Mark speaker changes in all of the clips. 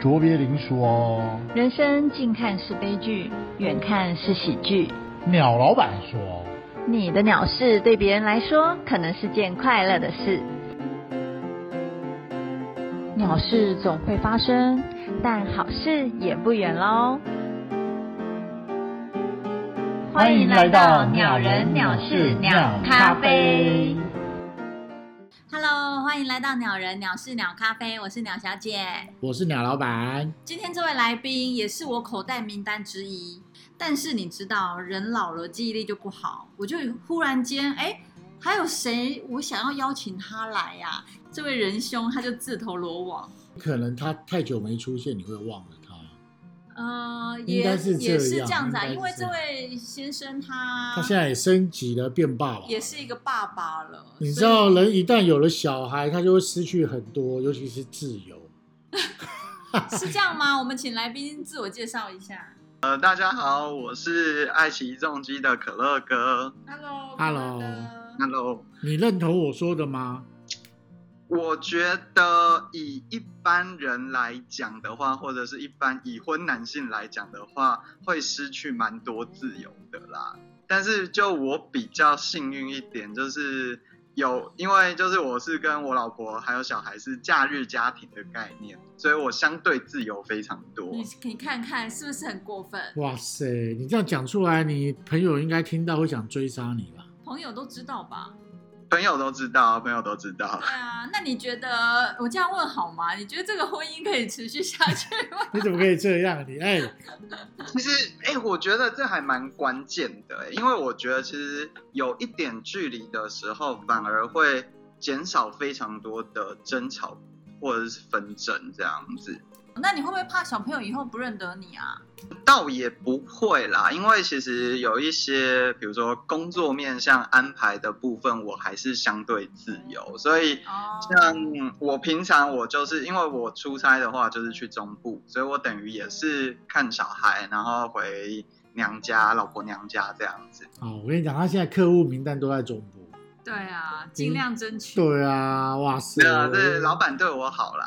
Speaker 1: 卓别林说，
Speaker 2: 人生近看是悲剧，远看是喜剧。
Speaker 1: 鸟老板说，
Speaker 2: 你的鸟事对别人来说可能是件快乐的事，鸟事总会发生，但好事也不远喽。欢迎来到鸟人鸟事鸟咖啡。Hello，欢迎来到鸟人鸟事鸟咖啡，我是鸟小姐。
Speaker 1: 我是鸟老板。
Speaker 2: 今天这位来宾也是我口袋名单之一，但是你知道，人老了记忆力就不好，我就忽然间，哎，还有谁我想要邀请他来呀、这位仁兄他就自投罗网，
Speaker 1: 可能他太久没出现，你会忘了他。
Speaker 2: 呃，
Speaker 1: 应
Speaker 2: 也
Speaker 1: 该是这
Speaker 2: 也是
Speaker 1: 样
Speaker 2: 这样子啊，
Speaker 1: 应该是
Speaker 2: 因为这位先生他
Speaker 1: 他现在也升级了，变爸爸。
Speaker 2: 也是一个爸爸了，
Speaker 1: 你知
Speaker 2: 所以
Speaker 1: 道，人一旦有了小孩，他就会失去很多，尤其是自由。
Speaker 2: 是这样吗？我们请来宾自我介绍一下。
Speaker 3: 呃，大家好，我是爱奇艺重机的可乐哥。
Speaker 2: Hello，
Speaker 1: Hello
Speaker 2: 快乐
Speaker 3: Hello，
Speaker 1: 你认同我说的吗？
Speaker 3: 我觉得以一般人来讲的话，或者是一般已婚男性来讲的话，会失去蛮多自由的啦。但是就我比较幸运一点，就是有，因为就是我是跟我老婆还有小孩是假日家庭的概念，所以我相对自由非常多。
Speaker 2: 你你看看是不是很过分？
Speaker 1: 哇塞，你这样讲出来，你朋友应该听到会想追杀你吧？
Speaker 2: 朋友都知道吧？
Speaker 3: 朋友都知道，朋友都知道
Speaker 2: 对。啊，那你觉得我这样问好吗？你觉得这个婚姻可以持续下去 吗？
Speaker 1: 你怎么可以这样？你哎、
Speaker 3: 其实，哎、我觉得这还蛮关键的、诶因为我觉得其实有一点距离的时候，反而会减少非常多的争吵或者是纷争这样子。
Speaker 2: 那你会不会怕小朋友以后不认得你啊？
Speaker 3: 倒也不会啦，因为其实有一些，比如说工作面向安排的部分，我还是相对自由，所以
Speaker 2: 哦，
Speaker 3: 像我平常我就是因为我出差的话就是去中部，所以我等于也是看小孩，然后回娘家、老婆娘家这样子。
Speaker 1: 好，我跟你讲，他现在客户名单都在中部。
Speaker 2: 对啊，尽量争取。
Speaker 1: 嗯对啊，哇塞，
Speaker 3: 没有啊，这老板对我好啦。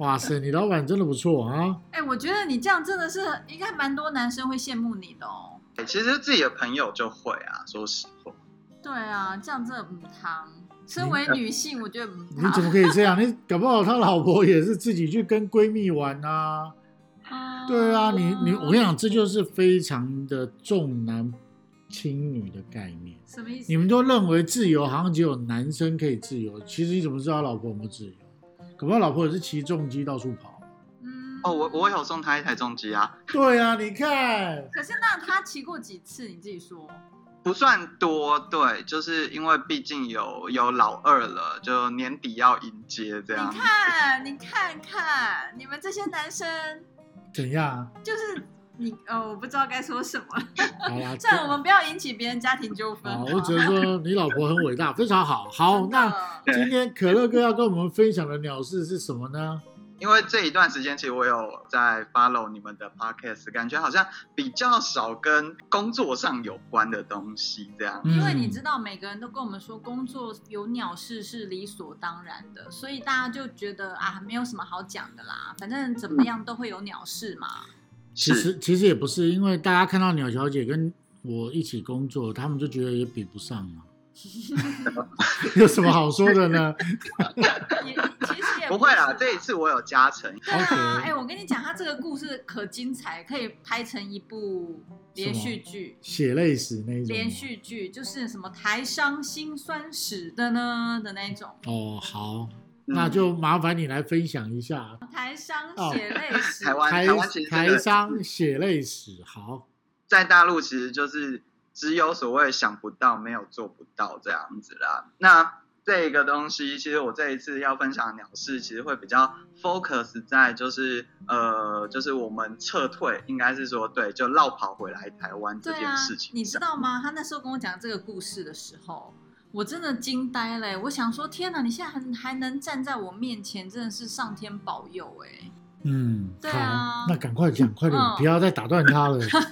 Speaker 1: 哇塞，你老板真的不错啊！
Speaker 2: 哎、我觉得你这样真的是应该蛮多男生会羡慕你的哦。
Speaker 3: 哎其实自己的朋友就会啊，说实话，
Speaker 2: 对啊，这样真的母汤。身为女性，我觉得母
Speaker 1: 你
Speaker 2: 汤。
Speaker 1: 怎么可以这样？你搞不好他老婆也是自己去跟闺蜜玩啊。
Speaker 2: 嗯
Speaker 1: 对啊，你你，我跟你讲，这就是非常的重男轻女的概念。
Speaker 2: 什么意思？
Speaker 1: 你们都认为自由好像只有男生可以自由，其实你怎么知道老婆有没有自由？搞不好老婆也是骑重机到处跑。
Speaker 2: 嗯
Speaker 3: 哦，我我有送他一台重机啊，
Speaker 1: 对啊，你看，
Speaker 2: 可是那他骑过几次？你自己说。
Speaker 3: 不算多，对，就是因为毕竟有有老二了，就年底要迎接这样
Speaker 2: 你。看，你看看，你们这些男生
Speaker 1: 怎样？啊
Speaker 2: 就是你呃，我不知道该说什么。
Speaker 1: 好 啦，
Speaker 2: 算了，我们不要引起别人家庭纠纷。
Speaker 1: 好，
Speaker 2: 好
Speaker 1: 哦我只能 说你老婆很伟大，非常好。好，
Speaker 2: 真的
Speaker 1: 那 今天可乐哥要跟我们分享的鸟事是什么呢？
Speaker 3: 因为这一段时间其实我有在 follow 你们的 podcast，感觉好像比较少跟工作上有关的东西这样。
Speaker 2: 因为你知
Speaker 1: 道，
Speaker 2: 道，每个人都跟我们说，工作有鸟事是理所当然的，所以大家就觉得啊，没有什么好讲的啦，反正怎么样都会有鸟事嘛。
Speaker 1: 其
Speaker 3: 是
Speaker 1: 实其实也不是，因为大家看到鸟小姐跟我一起工作，他们就觉得也比不上 嘛。 有什么好说的呢
Speaker 2: 也其实也
Speaker 3: 不会啦，
Speaker 2: 是
Speaker 3: 这一次我有加成，
Speaker 2: 对啊，哎、
Speaker 1: ？OK，
Speaker 2: 我跟你讲，他这个故事可精彩，可以拍成一部连续剧。
Speaker 1: 血泪史那一种。
Speaker 2: 连续剧就是什么台商辛酸史的呢的那种，
Speaker 1: 哦，好，
Speaker 3: 嗯
Speaker 1: 那就麻烦你来分享一下
Speaker 2: 台商血泪史。
Speaker 3: 哦台湾
Speaker 1: 台
Speaker 3: 台湾其实真
Speaker 1: 台
Speaker 3: 的
Speaker 1: 商血泪史。好，
Speaker 3: 在大陆其实就是只有所谓想不到，没有做不到这样子啦。那这个东西，其实我这一次要分享的鸟事，其实会比较 focus 在就是呃，就是我们撤退，应该是说对，就绕跑回来台湾这
Speaker 2: 对
Speaker 3: 件
Speaker 2: 啊
Speaker 3: 事，情
Speaker 2: 你知
Speaker 3: 上。
Speaker 2: 道吗？他那时候跟我讲这个故事的时候，我真的惊呆了欸、我想说，天哪，你现在还还能站在我面前，真的是上天保佑哎、
Speaker 1: 嗯，
Speaker 2: 对啊
Speaker 1: 好，那赶快讲，快点，
Speaker 2: 嗯
Speaker 1: 不要再打断他 了。
Speaker 3: 呃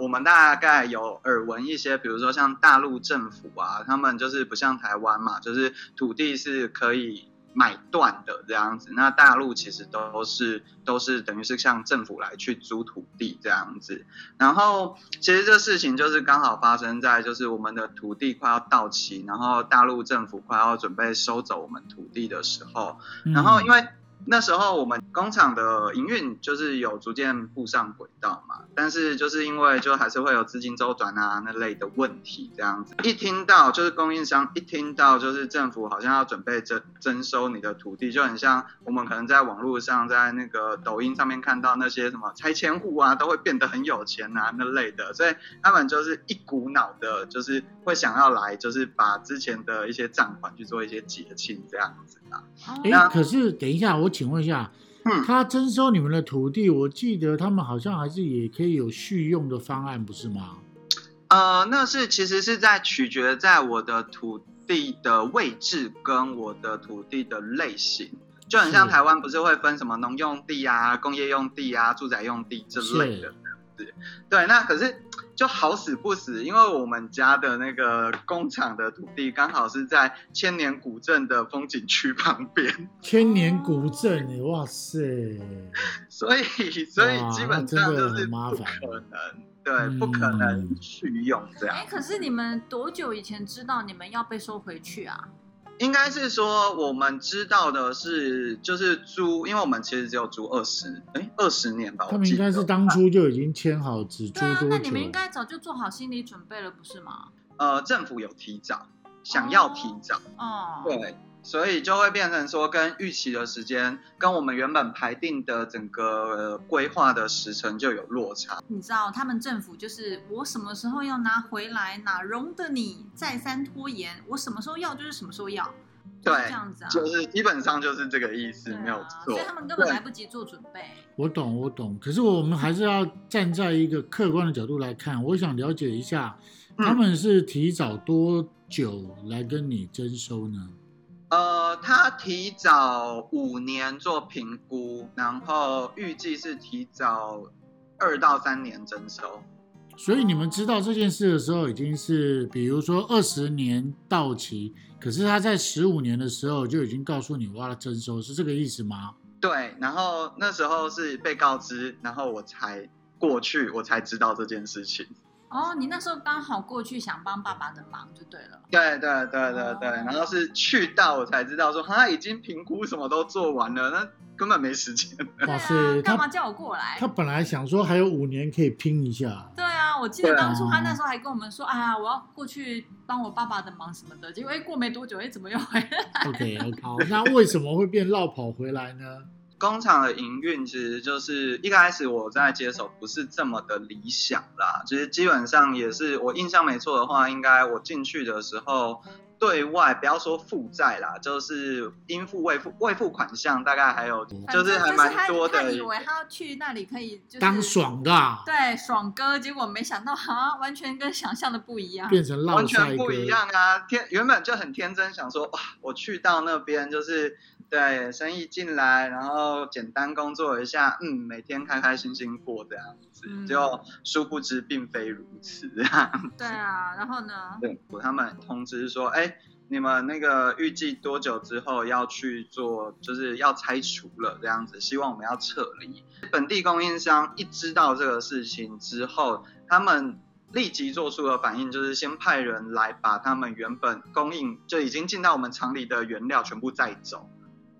Speaker 3: 我们大概有耳闻一些，比如说像大陆政府啊，他们就是不像台湾嘛，就是土地是可以买断的这样子。那大陆其实都是都是等于是向政府来去租土地这样子。然后其实这事情就是刚好发生在就是我们的土地快要到期，然后大陆政府快要准备收走我们土地的时候，
Speaker 1: 嗯
Speaker 3: 然后因为那时候我们工厂的营运就是有逐渐步上轨道嘛，但是就是因为就还是会有资金周转啊那类的问题这样子。一听到就是供应商一听到就是政府好像要准备征征收你的土地，就很像我们可能在网络上在那个抖音上面看到那些什么拆迁户啊都会变得很有钱啊那类的，所以他们就是一股脑的，就是会想要来就是把之前的一些账款去做一些结清这样子啊。
Speaker 1: 哎、
Speaker 3: 那
Speaker 1: 可是等一下，我请问一下，
Speaker 3: 嗯
Speaker 1: 他征收你们的土地，我记得他们好像还是也可以有续用的方案，不是吗？
Speaker 3: 呃，那是其实是在取决在我的土地的位置跟我的土地的类型，就很像
Speaker 1: 是
Speaker 3: 台湾不是会分什么农用地啊、工业用地啊、住宅用地之类的
Speaker 1: 是。
Speaker 3: 对，那可是就好死不死，因为我们家的那个工厂的土地刚好是在千年古镇的风景区旁边，
Speaker 1: 千年古镇，哎哇塞，
Speaker 3: 所以所以
Speaker 1: 哇
Speaker 3: 基
Speaker 1: 那
Speaker 3: 本
Speaker 1: 真的
Speaker 3: 上就是
Speaker 1: 很麻
Speaker 3: 不
Speaker 1: 烦
Speaker 3: 可能，对，不可能
Speaker 1: 嗯
Speaker 3: 去用这样
Speaker 2: 哎、。可是你们多久以前知道你们要被收回去啊？
Speaker 3: 应该是说我们知道的是，就是租，因为我们其实只有租二十，哎，二十年吧。
Speaker 1: 他
Speaker 3: 我
Speaker 1: 们
Speaker 3: 记
Speaker 1: 应该
Speaker 3: 得
Speaker 1: 是当初就已经签好只租
Speaker 2: 对啊，
Speaker 1: 多
Speaker 2: 那你
Speaker 1: 久
Speaker 2: 们？应该早就做好心理准备了，不是吗？
Speaker 3: 呃，政府有提早，想要提早，
Speaker 2: 哦，
Speaker 3: 对，所以就会变成说跟预期的时间，跟我们原本排定的整个、呃规划的时程就有落差。
Speaker 2: 你知道他们政府就是我什么时候要拿回来，哪容得你再三拖延？我什么时候要就是什么时候要，就是
Speaker 3: 对
Speaker 2: 这样子啊，
Speaker 3: 就是基本上就是这个意思，
Speaker 2: 对啊
Speaker 3: 没有
Speaker 2: 所
Speaker 3: 错
Speaker 2: 以。他们根本
Speaker 3: 对
Speaker 2: 来不及做准备。
Speaker 1: 我懂，我懂。可是我们还是要站在一个客观的角度来看，我想了解一下，
Speaker 3: 嗯
Speaker 1: 他们是提早多久来跟你征收呢？
Speaker 3: 呃，他提早五年做评估，然后预计是提早二到三年征收。
Speaker 1: 所以你们知道这件事的时候，已经是比如说二十年到期，可是他在十五年的时候就已经告诉你我要征收，是这个意思吗？
Speaker 3: 对，然后那时候是被告知，然后我才过去，我才知道这件事情。
Speaker 2: 哦，你那时候刚好过去想帮爸爸的忙就对了。
Speaker 3: 对对对对对，
Speaker 2: 哦
Speaker 3: 然后是去到我才知道说，他已经评估什么都做完了，那根本没时间。
Speaker 2: 对
Speaker 1: 哇
Speaker 2: 啊，
Speaker 1: 塞，
Speaker 2: 干嘛
Speaker 1: 他
Speaker 2: 叫我过来
Speaker 1: 他？本来想说还有五年可以拼一下，
Speaker 2: 对啊，我记得当初
Speaker 1: 对啊
Speaker 2: 他那时候还跟我们说，哎呀，我要过去帮我爸爸的忙什么的。结果哎，过没多久，哎，怎么又回来？
Speaker 1: OK OK，好，那为什么会变绕跑回来呢？
Speaker 3: 工厂的营运其实就是一开始我在接手不是这么的理想啦，其实基本上也是我印象没错的话，应该我进去的时候对外不要说负债啦，就是应付未付未付款项大概还有
Speaker 2: 嗯反正
Speaker 3: 是还
Speaker 2: 就是
Speaker 3: 蛮
Speaker 2: 他
Speaker 3: 多的
Speaker 2: 他以为他去那里可以就是
Speaker 1: 当爽的啊、
Speaker 2: 对爽哥，结果没想到哈，完全跟想象的不一样。
Speaker 1: 变成绕
Speaker 3: 完
Speaker 1: 赛
Speaker 3: 全
Speaker 1: 哥
Speaker 3: 不，一样啊！天原本就很天真，想说哇，我去到那边就是对生意进来，然后简单工作一下，嗯，每天开开心心过这样子。
Speaker 2: 嗯
Speaker 3: 就殊不知并非如此啊！
Speaker 2: 对啊，然后呢？
Speaker 3: 对，他们通知说，哎，你们那个预计多久之后要去做，就是要拆除了这样子，希望我们要撤离。本地供应商一知道这个事情之后，他们。立即做出的反应就是先派人来把他们原本供应就已经进到我们厂里的原料全部载走，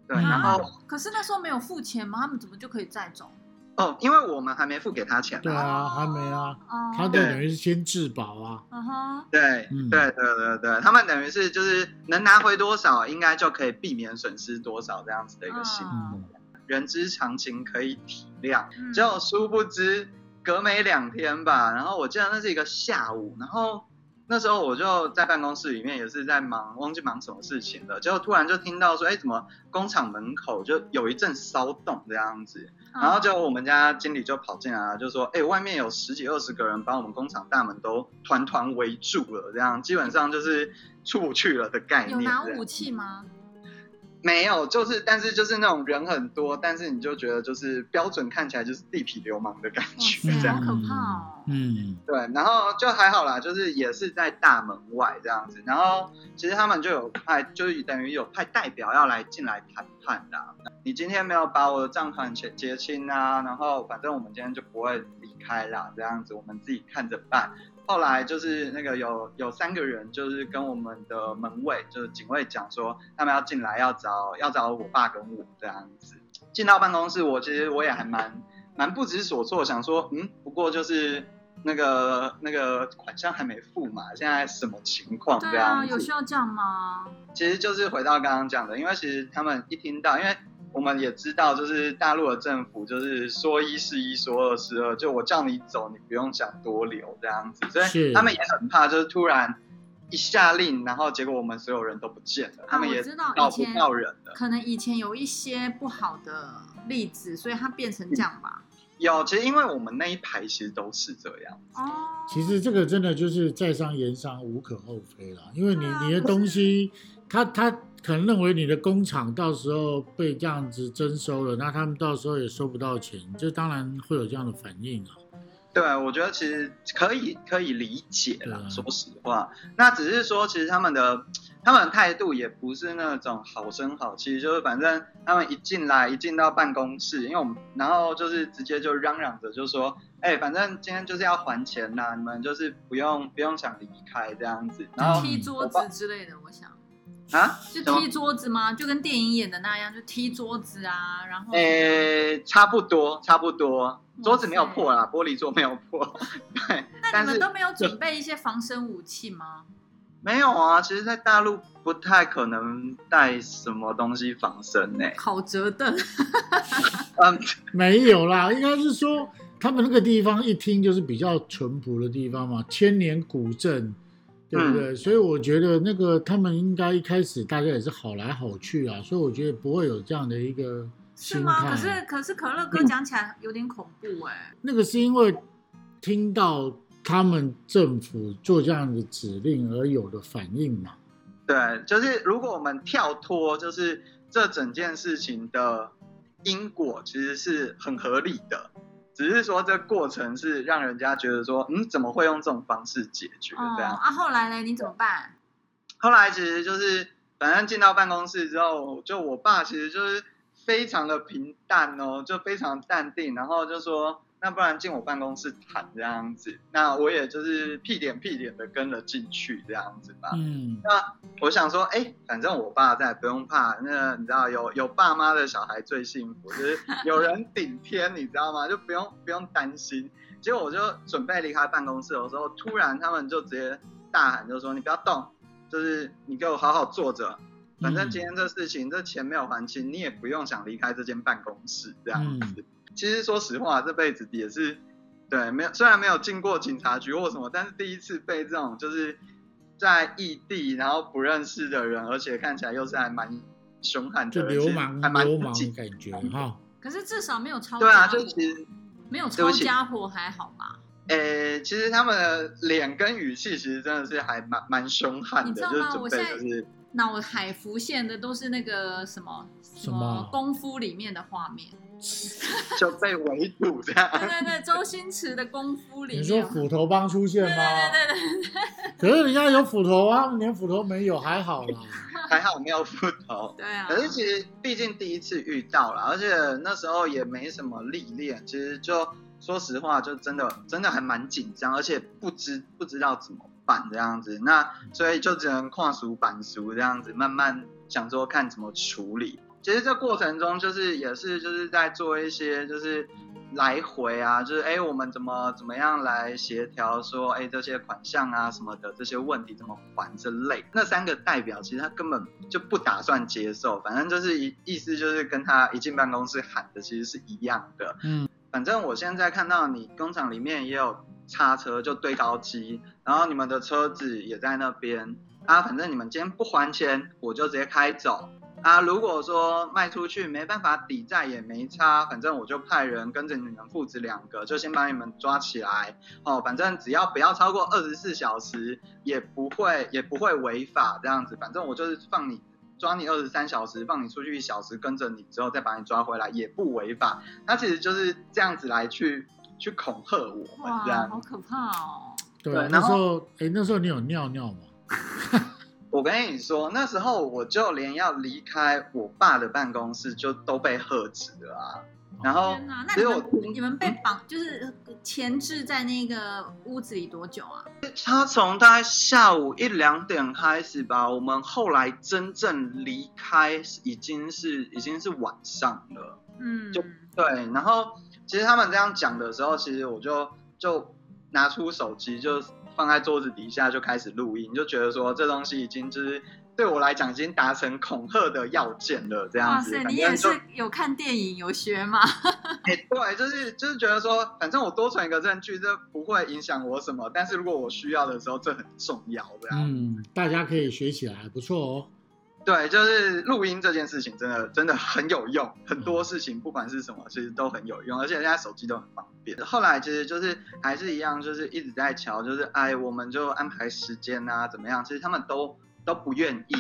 Speaker 3: 对，然
Speaker 1: 啊
Speaker 3: 后
Speaker 2: 可是那时候没有付钱吗？他们怎么就可以再走？
Speaker 3: 哦，因为我们还没付给他钱
Speaker 1: 对
Speaker 3: 嘛，
Speaker 1: 啊，还没啊，
Speaker 2: 哦，
Speaker 1: 他就
Speaker 3: 对
Speaker 1: 等于是先质保啊，
Speaker 2: 嗯哼，
Speaker 3: 对，
Speaker 1: 嗯
Speaker 3: 对对对对，他们等于是就是能拿回多少，应该就可以避免损失多少这样子的一个心，
Speaker 2: 嗯
Speaker 1: 嗯，
Speaker 3: 人之常情可以体谅。
Speaker 2: 嗯
Speaker 3: 结果殊不知，隔没两天吧，然后我记得那是一个下午，然后那时候我就在办公室里面也是在忙，忘记忙什么事情了，结果突然就听到说，哎，怎么工厂门口就有一阵骚动这样子，
Speaker 2: 嗯
Speaker 3: 然后就我们家经理就跑进来了，就说：“哎、外面有十几二十个人把我们工厂大门都团团围住了，这样基本上就是出不去了的概
Speaker 2: 有
Speaker 3: 念。
Speaker 2: 拿
Speaker 3: 这样
Speaker 2: 武器吗？
Speaker 3: 没有，就是但是就是那种人很多，但是你就觉得就是标准看起来就是地痞流氓的感觉
Speaker 2: 哇
Speaker 3: 这
Speaker 2: 塞，
Speaker 3: 样
Speaker 2: 好。可怕哦！
Speaker 1: 嗯
Speaker 3: 对，然后就还好啦，就是也是在大门外这样子。然后其实他们就有派，就是等于有派代表要来进来谈判的啊、你今天没有把我的账款结结清啊，然后反正我们今天就不会离开啦，这样子我们自己看着办。后来就是那个有有三个人，就是跟我们的门卫，就是警卫讲说，他们要进来要找要找我爸跟我这样子。进到办公室，我其实我也还蛮蛮不知所措，想说，嗯，不过就是那个那个款项还没付嘛，现在什么情况这
Speaker 2: 对
Speaker 3: 样
Speaker 2: 啊，
Speaker 3: 子？
Speaker 2: 有需要这样吗？
Speaker 3: 其实就是回到刚刚讲的，因为其实他们一听到，因为我们也知道，就是大陆的政府就是说一是一，说二是二，就我叫你走，你不用想多留这样子，所
Speaker 1: 是
Speaker 3: 以他们也很怕，就是突然一下令，然后结果我们所有人都不见了，他们也
Speaker 2: 啊我知道
Speaker 3: 找
Speaker 2: 以
Speaker 3: 不
Speaker 2: 前
Speaker 3: 到人了。
Speaker 2: 可能以前有一些不好的例子，所以它变成这样吧。
Speaker 3: 有，其实因为我们那一排其实都是这样，
Speaker 2: 哦，
Speaker 1: 其实这个真的就是在商言商，无可厚非啦。因为你
Speaker 2: 对啊
Speaker 1: 你的东西，他他可能认为你的工厂到时候被这样子征收了，那他们到时候也收不到钱，这当然会有这样的反应啊。
Speaker 3: 对，我觉得其实可以可以理解啦，
Speaker 1: 对啊
Speaker 3: 说实话，那只是说其实他们的他们的态度也不是那种好声好气，就是反正他们一进来一进到办公室，因为我们然后就是直接就嚷嚷着就说，哎、反正今天就是要还钱呐、你们就是不用不用想离开这样子，然后
Speaker 2: 踢桌子之类的，我想
Speaker 3: 啊，
Speaker 2: 就
Speaker 3: 什么
Speaker 2: 踢桌子吗？就跟电影演的那样，就踢桌子啊，然后
Speaker 3: 哎诶、差不多差不多，桌子没有
Speaker 2: 哇塞
Speaker 3: 破啦，玻璃桌没有破， 对，
Speaker 2: 那
Speaker 3: 但
Speaker 2: 你们
Speaker 3: 是
Speaker 2: 都没有准备一些防身武器吗？
Speaker 3: 没有啊，其实，在大陆不太可能带什么东西防身呢、
Speaker 2: 烤折凳，
Speaker 3: 嗯，
Speaker 1: 没有啦，应该是说他们那个地方一听就是比较淳朴的地方嘛，千年古镇，对不
Speaker 2: 嗯
Speaker 1: 对？所以我觉得那个他们应该一开始大家也是好来好去啊，所以我觉得不会有这样的一个
Speaker 2: 是
Speaker 1: 心态。
Speaker 2: 吗？可是可是可乐哥讲起来有点恐怖哎、
Speaker 1: 那个是因为听到他们政府做这样的指令而有的反应嘛。
Speaker 3: 对，就是如果我们跳脱，就是这整件事情的因果其实是很合理的，只是说这过程是让人家觉得说，嗯，怎么会用这种方式解决
Speaker 2: 哦
Speaker 3: 这样？
Speaker 2: 啊，后来嘞你怎么办？
Speaker 3: 后来其实就是，反正进到办公室之后，就我爸其实就是非常的平淡哦，就非常淡定，然后就说，那不然进我办公室谈这样子，那我也就是屁颠屁颠的跟了进去这样子吧。
Speaker 1: 嗯，
Speaker 3: 我想说，哎、反正我爸在，不用怕。那你知道，有有爸妈的小孩最幸福，就是有人顶天，你知道吗？就不用不用担心。结果我就准备离开办公室的时候，突然他们就直接大喊，就说：“你不要动，就是你给我好好坐着。反正今天这事情，这钱没有还清，你也不用想离开这间办公室这样子。其实说实话，这辈子也是对，没有虽然没有进过警察局或什么，但是第一次被这种就是在异地，然后不认识的人，而且看起来又是还蛮凶悍的
Speaker 1: 就
Speaker 3: 人，
Speaker 1: 流
Speaker 3: 其实
Speaker 1: 氓
Speaker 3: 还蛮
Speaker 1: 流氓的
Speaker 3: 近
Speaker 1: 感觉哈。
Speaker 2: 可是至少没有抄
Speaker 3: 对啊，
Speaker 2: 家
Speaker 3: 就
Speaker 2: 伙，
Speaker 3: 其实
Speaker 2: 没有
Speaker 3: 对
Speaker 2: 抄
Speaker 3: 不起
Speaker 2: 家伙还好吧？
Speaker 3: 诶、其实他们的脸跟语气其实真的是还蛮蛮凶悍
Speaker 2: 你
Speaker 3: 的，
Speaker 2: 知道
Speaker 3: 就是
Speaker 2: 吗
Speaker 3: 准
Speaker 2: 我
Speaker 3: 备
Speaker 2: 现在
Speaker 3: 就是
Speaker 2: 脑海浮现的都是那个什么
Speaker 1: 什么
Speaker 2: 功夫里面的画 面，
Speaker 3: 就被围堵这
Speaker 2: 对啊
Speaker 3: 样。
Speaker 2: 对对，周星驰的功夫里
Speaker 1: 你说
Speaker 2: 面，
Speaker 1: 斧头帮出现
Speaker 2: 对
Speaker 1: 吗？
Speaker 2: 对对对对，
Speaker 1: 可是人家有斧头啊，他们连斧头没有，还好 啦。
Speaker 3: 还好没有斧头。
Speaker 2: 对啊，
Speaker 3: 可哎是其实毕竟第一次遇到了，而且那时候也没什么历练，其实就说实话，就真的真的还蛮紧张，而且不知不知道怎么办这样子，那所以就只能跨熟板熟这样子，慢慢想说看怎么处理。其实这过程中就是也是就是在做一些就是来回啊，就是哎我们怎么怎么样来协调说哎这些款项啊什么的这些问题怎么还之类。那三个代表其实他根本就不打算接受，反正就是意意思就是跟他一进办公室喊的其实是一样的。
Speaker 1: 嗯，
Speaker 3: 反正我现在看到你工厂里面也有叉车就堆高机，然后你们的车子也在那边啊，反正你们今天不还钱，我就直接开走。啊，如果说卖出去没办法抵债也没差，反正我就派人跟着你们父子两个，就先把你们抓起来。哦，反正只要不要超过二十四小时，也不会也不会违法这样子。反正我就是放你抓你二十三小时，放你出去一小时，跟着你之后再把你抓回来，也不违法。他其实就是这样子来去去恐吓我们这
Speaker 2: 哇，
Speaker 3: 样。
Speaker 2: 好可怕哦！
Speaker 1: 对
Speaker 3: 对
Speaker 1: 那
Speaker 3: 然
Speaker 1: 时
Speaker 3: 后
Speaker 1: 候，哎、那时候你有尿尿吗？
Speaker 3: 我跟你说，那时候我就连要离开我爸的办公室就都被喝止了啊。然后
Speaker 2: 天哪，那
Speaker 3: 只
Speaker 2: 你
Speaker 3: 有
Speaker 2: 们你们被绑就是呃前置在那个屋子里多久啊？
Speaker 3: 他从大概下午一两点开始吧，我们后来真正离开已经是已经是晚上了。
Speaker 2: 嗯，
Speaker 3: 就对，然后其实他们这样讲的时候，其实我就就拿出手机，就放在桌子底下就开始录音，就觉得说这东西已经就是对我来讲已经达成恐吓的要件了，这样
Speaker 2: 哇
Speaker 3: 子。
Speaker 2: 塞，
Speaker 3: 反
Speaker 2: 你也
Speaker 3: 正就是
Speaker 2: 有看电影有学吗？
Speaker 3: 哎、对，就是就是觉得说，反正我多存一个证据，这不会影响我什么，但是如果我需要的时候，这很重要，这样。
Speaker 1: 嗯，大家可以学起来，不错哦。
Speaker 3: 对，就是录音这件事情，真的真的很有用，很多事情不管是什么，其实都很有用，而且现在手机都很方便。后来其实就是还是一样，就是一直在瞧，就是哎，我们就安排时间啊，怎么样？其实他们都都不愿意，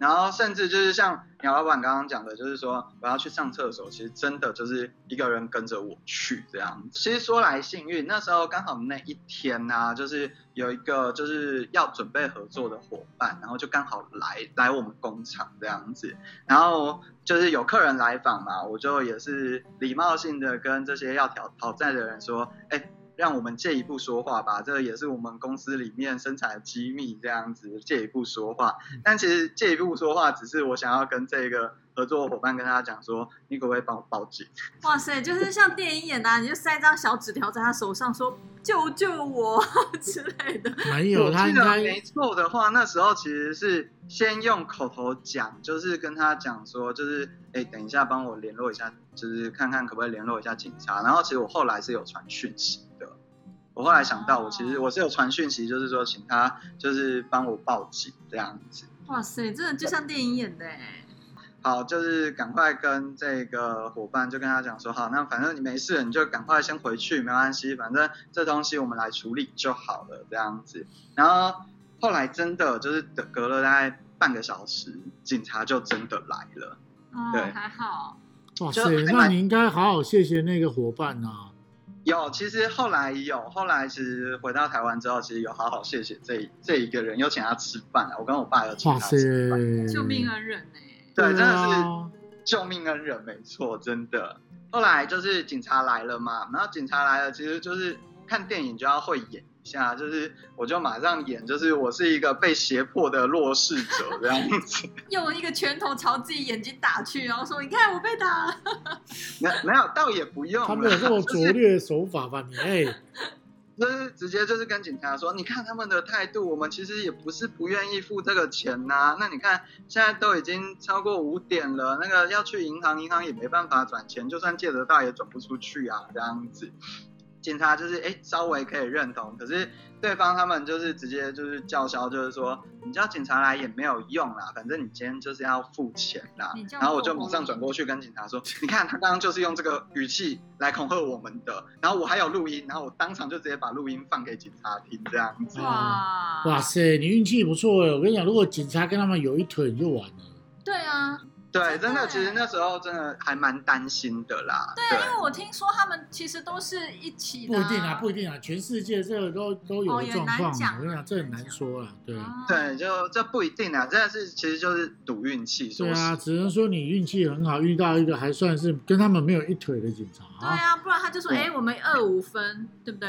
Speaker 3: 然后甚至就是像鸟老板刚刚讲的，就是说我要去上厕所，其实真的就是一个人跟着我去这样。其实说来幸运，那时候刚好那一天呢、就是有一个就是要准备合作的伙伴，然后就刚好来来我们工厂这样子，然后就是有客人来访嘛，我就也是礼貌性的跟这些要挑讨债的人说，哎、让我们借一步说话吧，这也是我们公司里面生产的机密，这样子借一步说话。但其实借一步说话，只是我想要跟这个合作伙伴跟他讲说，你可不可以帮我报警？
Speaker 2: 哇塞，就是像电影演的、啊，你就塞张小纸条在他手上说“救救我” 之类的。
Speaker 1: 没
Speaker 3: 我
Speaker 1: 有，他
Speaker 3: 记
Speaker 1: 应
Speaker 3: 得
Speaker 1: 该
Speaker 3: 没错的话，那时候其实是先用口头讲，就是跟他讲说，就是哎、诶等一下帮我联络一下，就是看看可不可以联络一下警察。然后其实我后来是有传讯息的，我后来想到，我
Speaker 1: 哦
Speaker 3: 其实我是有传讯息，就是说请他就是帮我报警这样子。
Speaker 2: 哇塞，真的就像电影演的哎。
Speaker 3: 好，就是赶快跟这个伙伴就跟他讲说，好，那反正你没事，你就赶快先回去，没关系，反正这东西我们来处理就好了，这样子。然后后来真的就是隔了大概半个小时，警察就真的来了。
Speaker 2: 哦
Speaker 3: 对，
Speaker 2: 还好。
Speaker 1: 哇
Speaker 3: 就
Speaker 1: 塞，
Speaker 3: 还
Speaker 1: 那
Speaker 3: 蛮
Speaker 1: 你应该好好谢谢那个伙伴啊呐、
Speaker 3: 有，其实后来有，后来其实回到台湾之后，其实有好好谢谢这一这一个人，有请他吃饭啊，啊我跟我爸有请
Speaker 1: 哇
Speaker 3: 他
Speaker 1: 塞
Speaker 3: 吃饭，，
Speaker 2: 救命恩人哎！
Speaker 3: 对，真的是
Speaker 1: 啊，
Speaker 3: 救命恩人，没错，真的。后来就是警察来了嘛，然后警察来了，其实就是看电影就要会演一下，就是我就马上演，就是我是一个被胁迫的弱势者这样子，
Speaker 2: 用一个拳头朝自己眼睛打去，然后说：“你看我被打了。
Speaker 3: 没没有，倒也不用啦，
Speaker 1: 他没有这么
Speaker 3: 就
Speaker 1: 拙
Speaker 3: 是
Speaker 1: 劣的手法吧？你哎、
Speaker 3: 就是直接就是跟警察说，你看他们的态度，我们其实也不是不愿意付这个钱呐、那你看现在都已经超过五点了，那个要去银行，银行也没办法转钱，就算借得到也转不出去啊，这样子。警察就是哎、诶稍微可以认同，可是对方他们就是直接就是叫嚣，就是说你叫警察来也没有用啦，反正你今天就是要付钱 啦
Speaker 2: 你。叫
Speaker 3: 然后我
Speaker 2: 我
Speaker 3: 就马上转过去跟警察说，你看他刚刚就是用这个语气来恐吓我们的，然后我还有录音，然后我当场就直接把录音放给警察听，这样子。
Speaker 2: 哇
Speaker 1: 哇！塞，你运气不错哎！我跟你讲，如果警察跟他们有一腿，你就完了。
Speaker 2: 对啊，
Speaker 3: 对，真
Speaker 2: 真
Speaker 3: 的，
Speaker 2: 的
Speaker 3: 其实那时候真的还蛮担心的啦。
Speaker 2: 对啊，因为我听说他们其实都是一起
Speaker 1: 不
Speaker 2: 的、
Speaker 1: 一定啊，不一定啊，全世界这个都都有
Speaker 2: 哦
Speaker 1: 的
Speaker 2: 也
Speaker 1: 状
Speaker 2: 难
Speaker 1: 况啊。
Speaker 2: 讲
Speaker 1: 我跟你讲，这很难说啊，对。
Speaker 2: 啊
Speaker 3: 对，就这不一定啊，真的是其实就是赌运气，
Speaker 1: 对
Speaker 3: 说
Speaker 1: 啊，
Speaker 3: 实
Speaker 1: 只能说你运气很好，遇到一个还算是跟他们没有一腿的警察
Speaker 2: 对。啊，不然他就说：“哎、我们二五分，对不对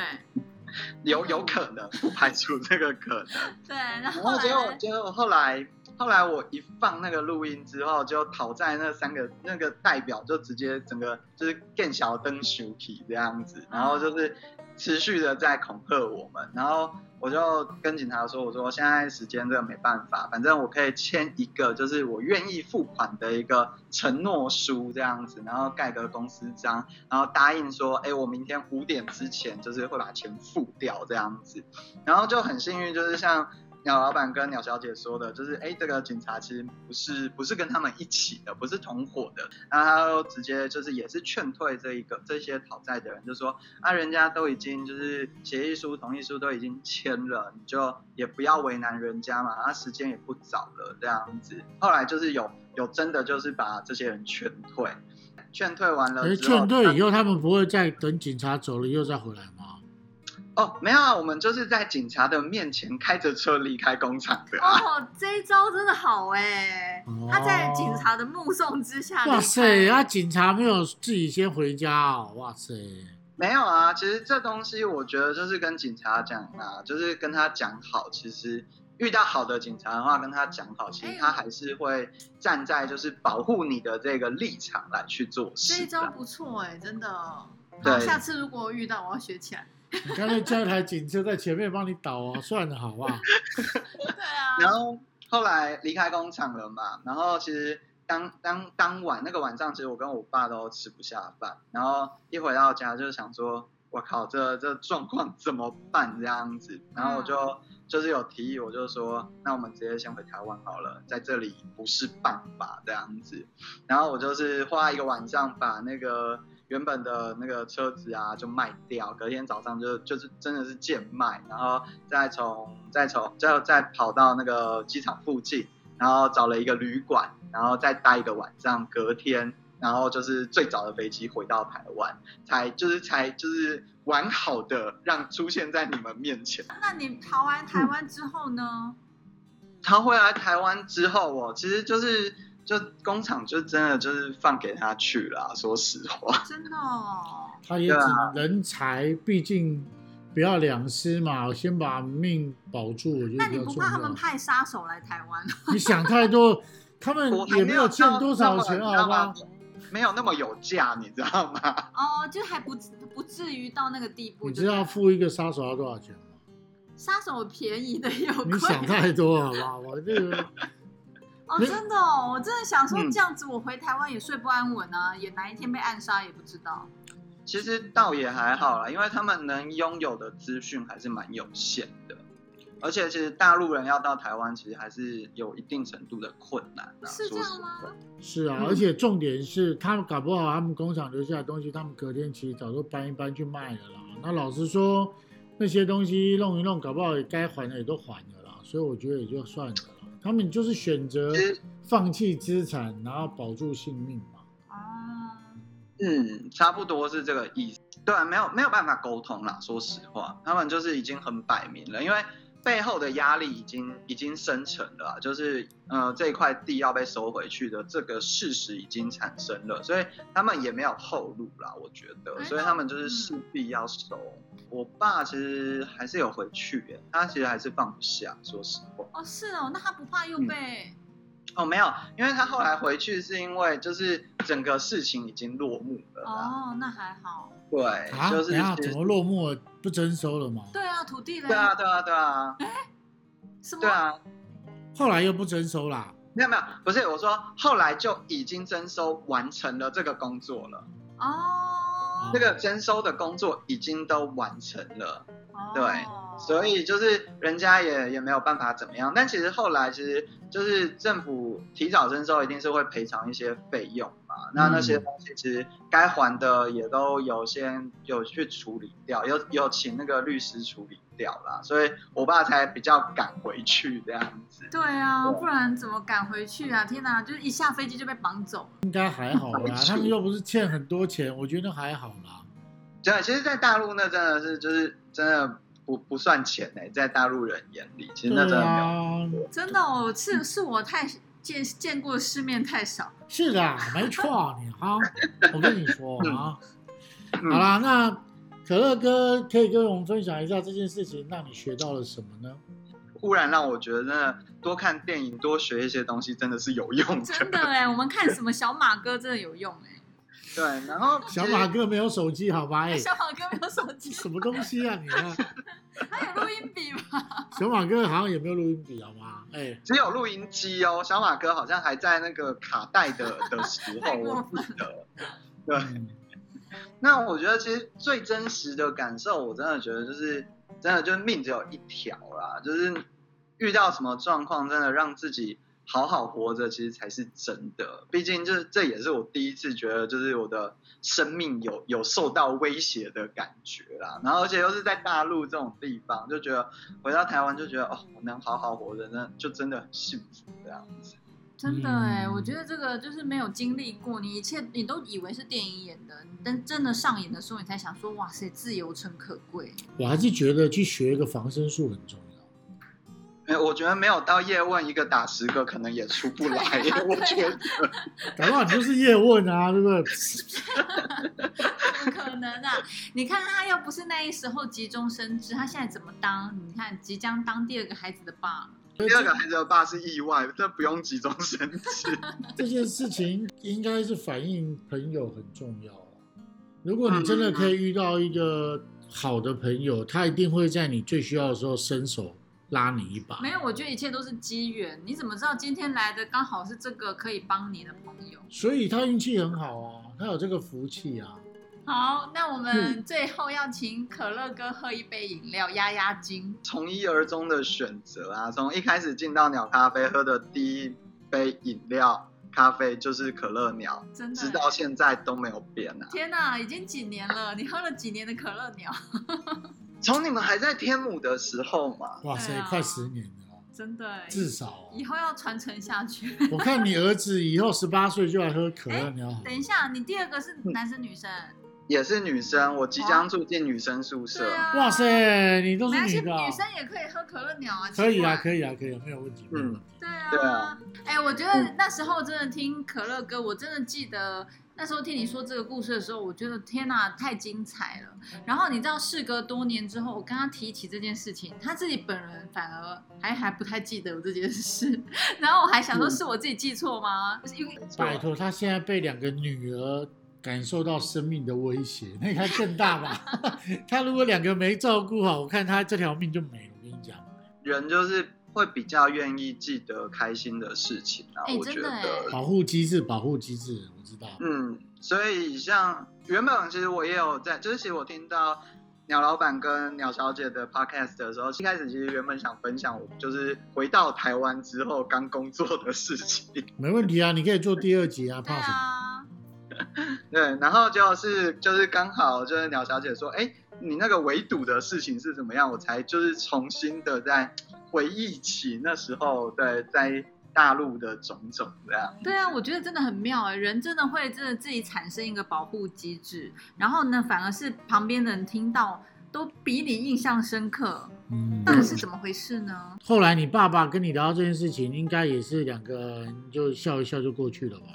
Speaker 3: 有有可能，不排除这个可能。？”
Speaker 2: 对，然后
Speaker 3: 嗯然
Speaker 2: 后
Speaker 3: 后
Speaker 2: 来
Speaker 3: 结果
Speaker 2: 呢
Speaker 3: 结果后来后来我一放那个录音之后，就讨债那三个那个代表就直接整个就是更小灯熊皮这样子，然后
Speaker 2: 哦
Speaker 3: 就是持续的在恐吓我们，然后我就跟警察说，我说现在时间真的没办法，反正我可以签一个就是我愿意付款的一个承诺书这样子，然后盖个公司章，然后答应说，哎，我明天五点之前就是会把钱付掉这样子，然后就很幸运，就是像鸟老板跟鸟小姐说的，就是哎，这个警察其实不是不是跟他们一起的，不是同伙的。然后他直接就是也是劝退这一个这些讨债的人，就说啊，人家都已经就是协议书、同意书都已经签了，你就也不要为难人家嘛，啊，时间也不早了这样子。后来就是有有真的就是把这些人劝退，劝退完了
Speaker 1: 可是
Speaker 3: 之后，
Speaker 1: 哎劝退以后，他们不会再等警察走了以后再回来吗？
Speaker 3: 哦，没有啊，我们就是在警察的面前开着车离开工厂的、啊。
Speaker 2: 哦，这一招真的好哎、
Speaker 1: 哦
Speaker 2: 他在警察的目送之下，
Speaker 1: 哇塞，啊，
Speaker 2: 啊，
Speaker 1: 警察没有自己先回家哦，哇塞，
Speaker 3: 没有啊，其实这东西我觉得就是跟警察讲啊，就是跟他讲好，其实遇到好的警察的话，跟他讲好，其实他还是会站在就是保护你的这个立场来去做
Speaker 2: 这一
Speaker 3: 事的
Speaker 2: 招不错哎、真的。好，
Speaker 3: 对
Speaker 2: 下次如果我遇到，我要学 起来。
Speaker 1: 你干脆叫一台警车在前面帮你倒啊，算了，好不好？
Speaker 2: 对啊，
Speaker 3: 然后后来离开工厂了嘛，然后其实当当当晚那个晚上，其实我跟我爸都吃不下饭，然后一回到家就想说，我靠，这这状况怎么办这样子？然后我就、就是有提议，我就说，那我们直接先回台湾好了，在这里不是办法这样子。然后我就是花一个晚上把那个。原本的那个车子啊，就卖掉，隔天早上就就是真的是贱卖，然后再从再从再再跑到那个机场附近，然后找了一个旅馆，然后再待一个晚上，隔天然后就是最早的飞机回到台湾，才就是才就是完好的让出现在你们面前。
Speaker 2: 那你逃完台
Speaker 1: 嗯
Speaker 2: 湾之后呢？
Speaker 3: 他回来台湾之后，我其实就是就工厂就真的就是放给他去了啊，说实话，
Speaker 2: 真的、哦，
Speaker 1: 他也只
Speaker 3: 啊
Speaker 1: 能人才，毕竟不要两失嘛，先把命保住，我觉
Speaker 2: 那
Speaker 1: 得比
Speaker 2: 你
Speaker 1: 较
Speaker 2: 不
Speaker 1: 重
Speaker 2: 怕他们
Speaker 1: 要。
Speaker 2: 派杀手来台湾？
Speaker 1: 你想太多，他们
Speaker 3: 我
Speaker 1: 嗯
Speaker 3: 还
Speaker 1: 也没有欠
Speaker 3: 到
Speaker 1: 多
Speaker 3: 那
Speaker 1: 少
Speaker 3: 么
Speaker 1: 钱，
Speaker 3: 你知道
Speaker 1: 好
Speaker 3: 吗
Speaker 1: 吧？？
Speaker 3: 没有那么有价，你知道吗？
Speaker 2: 哦，就还不不至于到那个地步。
Speaker 1: 你
Speaker 2: 就
Speaker 1: 知道
Speaker 2: 对
Speaker 1: 付一个杀手要多少钱吗？
Speaker 2: 杀手便宜的有
Speaker 1: 你想
Speaker 2: 贵
Speaker 1: 太多，好吧？我这个。
Speaker 2: 哦，
Speaker 1: 没
Speaker 2: 真的哦，我真的想说
Speaker 3: 嗯
Speaker 2: 这样子，我回台湾也睡不安稳啊，也哪一天被暗杀也不知道。
Speaker 3: 其实倒也还好啦，因为他们能拥有的资讯还是蛮有限的，而且其实大陆人要到台湾，其实还是有一定程度的困难啊。
Speaker 2: 是这
Speaker 3: 说
Speaker 2: 样
Speaker 3: 实
Speaker 2: 吗？
Speaker 1: 是啊，
Speaker 3: 嗯
Speaker 1: 而且重点是，他们搞不好他们工厂留下的东西，他们隔天其实早都搬一搬去卖了啦。那老实说，那些东西弄一弄，搞不好也该还的也都还了啦，所以我觉得也就算了啦。他们就是选择
Speaker 3: 其实
Speaker 1: 放弃资产，然后保住性命嘛。
Speaker 2: 哦，
Speaker 3: 嗯，差不多是这个意思。对啊，没有没有办法沟通啦，说实话，他们就是已经很摆明了，因为背后的压力已经已经生成了啊，就是呃这一块地要被收回去的这个事实已经产生了，所以他们也没有后路啦，我觉
Speaker 2: 哎嗯
Speaker 3: 得，所以他们就是势必要收。我爸其实还是有回去耶，他其实还是放不下，说实话。
Speaker 2: 哦是哦，那他不怕又被、
Speaker 3: 哦，没有，因为他后来回去是因为就是整个事情已经落幕
Speaker 1: 嗯
Speaker 3: 了啦，
Speaker 2: 哦，那还好。
Speaker 3: 对，
Speaker 1: 啊，
Speaker 3: 哎就
Speaker 1: 等一
Speaker 3: 是
Speaker 1: 下
Speaker 3: 其实
Speaker 1: 怎么落幕了？不征收了吗？
Speaker 2: 对啊，土地嘞，
Speaker 3: 对啊，对啊，对啊，
Speaker 2: 什么？
Speaker 3: 对啊，
Speaker 1: 后来又不征收啦。
Speaker 3: 没有没有，不是我说，后来就已经征收完成了这个工作了，
Speaker 2: 哦，
Speaker 3: 这个征收的工作已经都完成了，
Speaker 2: 哦
Speaker 3: 对所以就是人家也也没有办法怎么样，但其实后来其实就是政府提早征收一定是会赔偿一些费用嘛，那那些
Speaker 1: 嗯
Speaker 3: 东西其实该还的也都有先有去处理掉，有有请那个律师处理掉啦，所以我爸才比较敢回去这样子。
Speaker 2: 对啊，
Speaker 3: 对
Speaker 2: 不然怎么赶回去啊？天哪，就是一下飞机就被绑走了。
Speaker 1: 应该还 好
Speaker 3: 没
Speaker 1: 啦，
Speaker 3: 事
Speaker 1: 他们又不是欠很多钱，我觉得还好啦。
Speaker 3: 真的，其实，在大陆那真的是就是真的不不算钱哎、在大陆人眼里，其实那真
Speaker 1: 对
Speaker 3: 的没有。
Speaker 1: 啊，
Speaker 2: 真的哦，是是我太见见过世面太少。
Speaker 1: 是的，没错，你哈，我跟你说啊。
Speaker 3: 嗯
Speaker 1: 好啦，那可乐哥可以跟我们分享一下这件事情让你学到了什么呢？
Speaker 3: 忽然让我觉得，真的多看电影、多学一些东西，真的是有用的。
Speaker 2: 真的哎，我们看什么小马哥真的有用哎，
Speaker 3: 对，然后
Speaker 1: 小马哥没有手机，好吧？哎、
Speaker 2: 小马哥没有手 机，
Speaker 1: 什么东西啊你啊？
Speaker 2: 他有录音笔吧？
Speaker 1: 小马哥好像也没有录音笔，好吗？哎、
Speaker 3: 只有录音机哦，小马哥好像还在那个卡带的的时候，
Speaker 2: 太过
Speaker 3: 我
Speaker 2: 分
Speaker 3: 记 得。对，
Speaker 1: 嗯
Speaker 3: 那我觉得其实最真实的感受，我真的觉得就是真的就是命只有一条啦，就是遇到什么状况，真的让自己好好活着，其实才是真的。毕竟就是这也是我第一次觉得，就是我的生命有有受到威胁的感觉啦。然后而且又是在大陆这种地方，就觉得回到台湾就觉得哦，我能好好活着，那就真的很幸福这样子。
Speaker 2: 真的哎、
Speaker 1: 嗯
Speaker 2: 我觉得这个就是没有经历过，你一切你都以为是电影演的，但真的上演的时候，你才想说，哇塞，自由诚可贵。
Speaker 1: 我还是觉得去学一个防身术很重要。
Speaker 3: 哎，我觉得没有到叶问一个打十个，可能也出不来。
Speaker 2: 对啊
Speaker 3: 我
Speaker 2: 对啊
Speaker 3: 觉得
Speaker 1: 搞不好你就是叶问啊，对不对？
Speaker 2: 不可能啊！ 你看他要不是那一时候急中生智，他现在怎么当？你看，即将当第二个孩子的爸，
Speaker 3: 第二个孩子的爸是意外，这不用急中啊生智。
Speaker 1: 这件事情应该是反映朋友很重要啊如果你真的可以遇到一个好的朋友，他一定会在你最需要的时候伸手拉你一把
Speaker 2: 没。有，我觉得一切都是机缘。你怎么知道今天来的刚好是这个可以帮你的朋友？
Speaker 1: 所以他运气很好啊，他有这个福气啊。
Speaker 2: 好，那我
Speaker 1: 嗯
Speaker 2: 们最后要请可乐哥喝一杯饮料压压惊。
Speaker 3: 从一而终的选择啊，从一开始进到鸟咖啡喝的第一杯饮料咖啡就是可乐鸟，
Speaker 2: 真
Speaker 3: 直
Speaker 2: 的
Speaker 3: 到，现在都没有变啊。
Speaker 2: 天哪，已经几年了？你喝了几年的可乐鸟？
Speaker 3: 从你们还在天母的时候嘛，
Speaker 1: 哇塞，
Speaker 2: 对啊
Speaker 1: 快十年了啊，
Speaker 2: 真的，
Speaker 1: 至少、
Speaker 2: 以
Speaker 1: 啊。
Speaker 2: 后要传承下去。
Speaker 1: 我看你儿子以后十八岁就来喝可乐，你要好。
Speaker 2: 哎等一下，你第二个是
Speaker 1: 嗯
Speaker 2: 男生女生？
Speaker 3: 也是女生，我即将住进女生宿舍
Speaker 2: 对。啊。
Speaker 1: 哇塞，你都
Speaker 2: 没
Speaker 1: 是
Speaker 2: 关系，
Speaker 1: 女的啊、
Speaker 2: 女生也可以喝可乐鸟啊，
Speaker 1: 可以啊，
Speaker 2: 以。
Speaker 1: 可以啊，可以啊，没有问题，没有问题。
Speaker 2: 对啊，
Speaker 3: 对啊
Speaker 2: 哎、我觉得那时候真的听可乐哥，我真的记得那时候听你说这个故事的时候，我觉得天哪，太精彩了。
Speaker 3: 嗯
Speaker 2: 然后你知道，事隔多年之后，我跟他提起这件事情，他自己本人反而还还不太记得有这件事。 然后我还想说，
Speaker 3: 嗯
Speaker 2: 是我自己记错吗？因为
Speaker 3: 没错
Speaker 1: 拜托，他现在被两个女儿感受到生命的威胁，那他更大吧？ 他如果两个没照顾好，我看他这条命就没了。我跟你讲，
Speaker 3: 人就是会比较愿意记得开心的事情啊，
Speaker 2: 哎
Speaker 3: 我
Speaker 2: 真
Speaker 3: 觉
Speaker 2: 的
Speaker 3: 得。
Speaker 1: 保护机制，保护机制，我知道。
Speaker 3: 嗯，所以像原本其实我也有在，就是其实我听到鸟老板跟鸟小姐的 podcast 的时候，一开始其实原本想分享我就是回到台湾之后刚工作的事情，
Speaker 1: 没问题啊，你可以做第二集啊，
Speaker 2: 对
Speaker 1: 怕什么？
Speaker 2: 啊，
Speaker 3: 对，然后就是就是刚好就是鸟小姐说，哎，你那个围堵的事情是怎么样？我才就是重新的在回忆起那时候对在大陆的种种这样。
Speaker 2: 对啊，我觉得真的很妙哎、人真的会真的自己产生一个保护机制，然后呢，反而是旁边的人听到都比你印象深刻，
Speaker 1: 嗯
Speaker 2: 到。底是怎么回事呢？
Speaker 1: 后来你爸爸跟你聊到这件事情，应该也是两个人就笑一笑就过去了吧？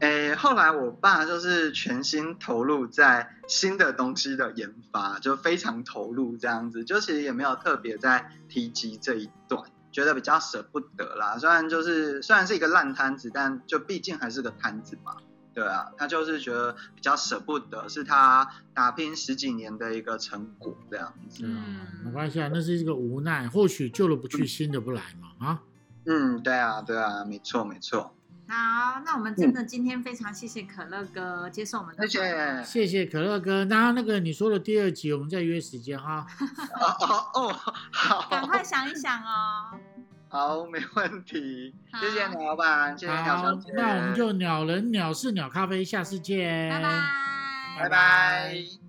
Speaker 3: 诶，后来我爸就是全心投入在新的东西的研发，就非常投入这样子，就其实也没有特别在提及这一段，觉得比较舍不得啦。虽然就是虽然是一个烂摊子，但就毕竟还是个摊子嘛，对啊，他就是觉得比较舍不得，是他打拼十几年的一个成果这样子。
Speaker 1: 对啊，
Speaker 2: 嗯
Speaker 1: 没关系啊，那是一个无奈，或许旧的不去，新的不来嘛啊。
Speaker 3: 嗯，对啊，对啊，没错没错，
Speaker 2: 好，那我们真的今天非常谢谢可乐哥接受我们的
Speaker 3: 嗯谢谢
Speaker 2: 访问。。
Speaker 1: 谢谢可乐哥，那那个你说的第二集，我们再约时间哈。
Speaker 3: 哦哦哦，
Speaker 2: 赶
Speaker 3: 好
Speaker 2: 快想一想哦。
Speaker 3: 好，没问题，
Speaker 2: 好
Speaker 3: 谢谢鸟老板，谢谢鸟小
Speaker 1: 好
Speaker 3: 姐，，
Speaker 1: 那我们就鸟人鸟事鸟咖啡，下次见，
Speaker 2: 拜拜。
Speaker 3: 拜拜。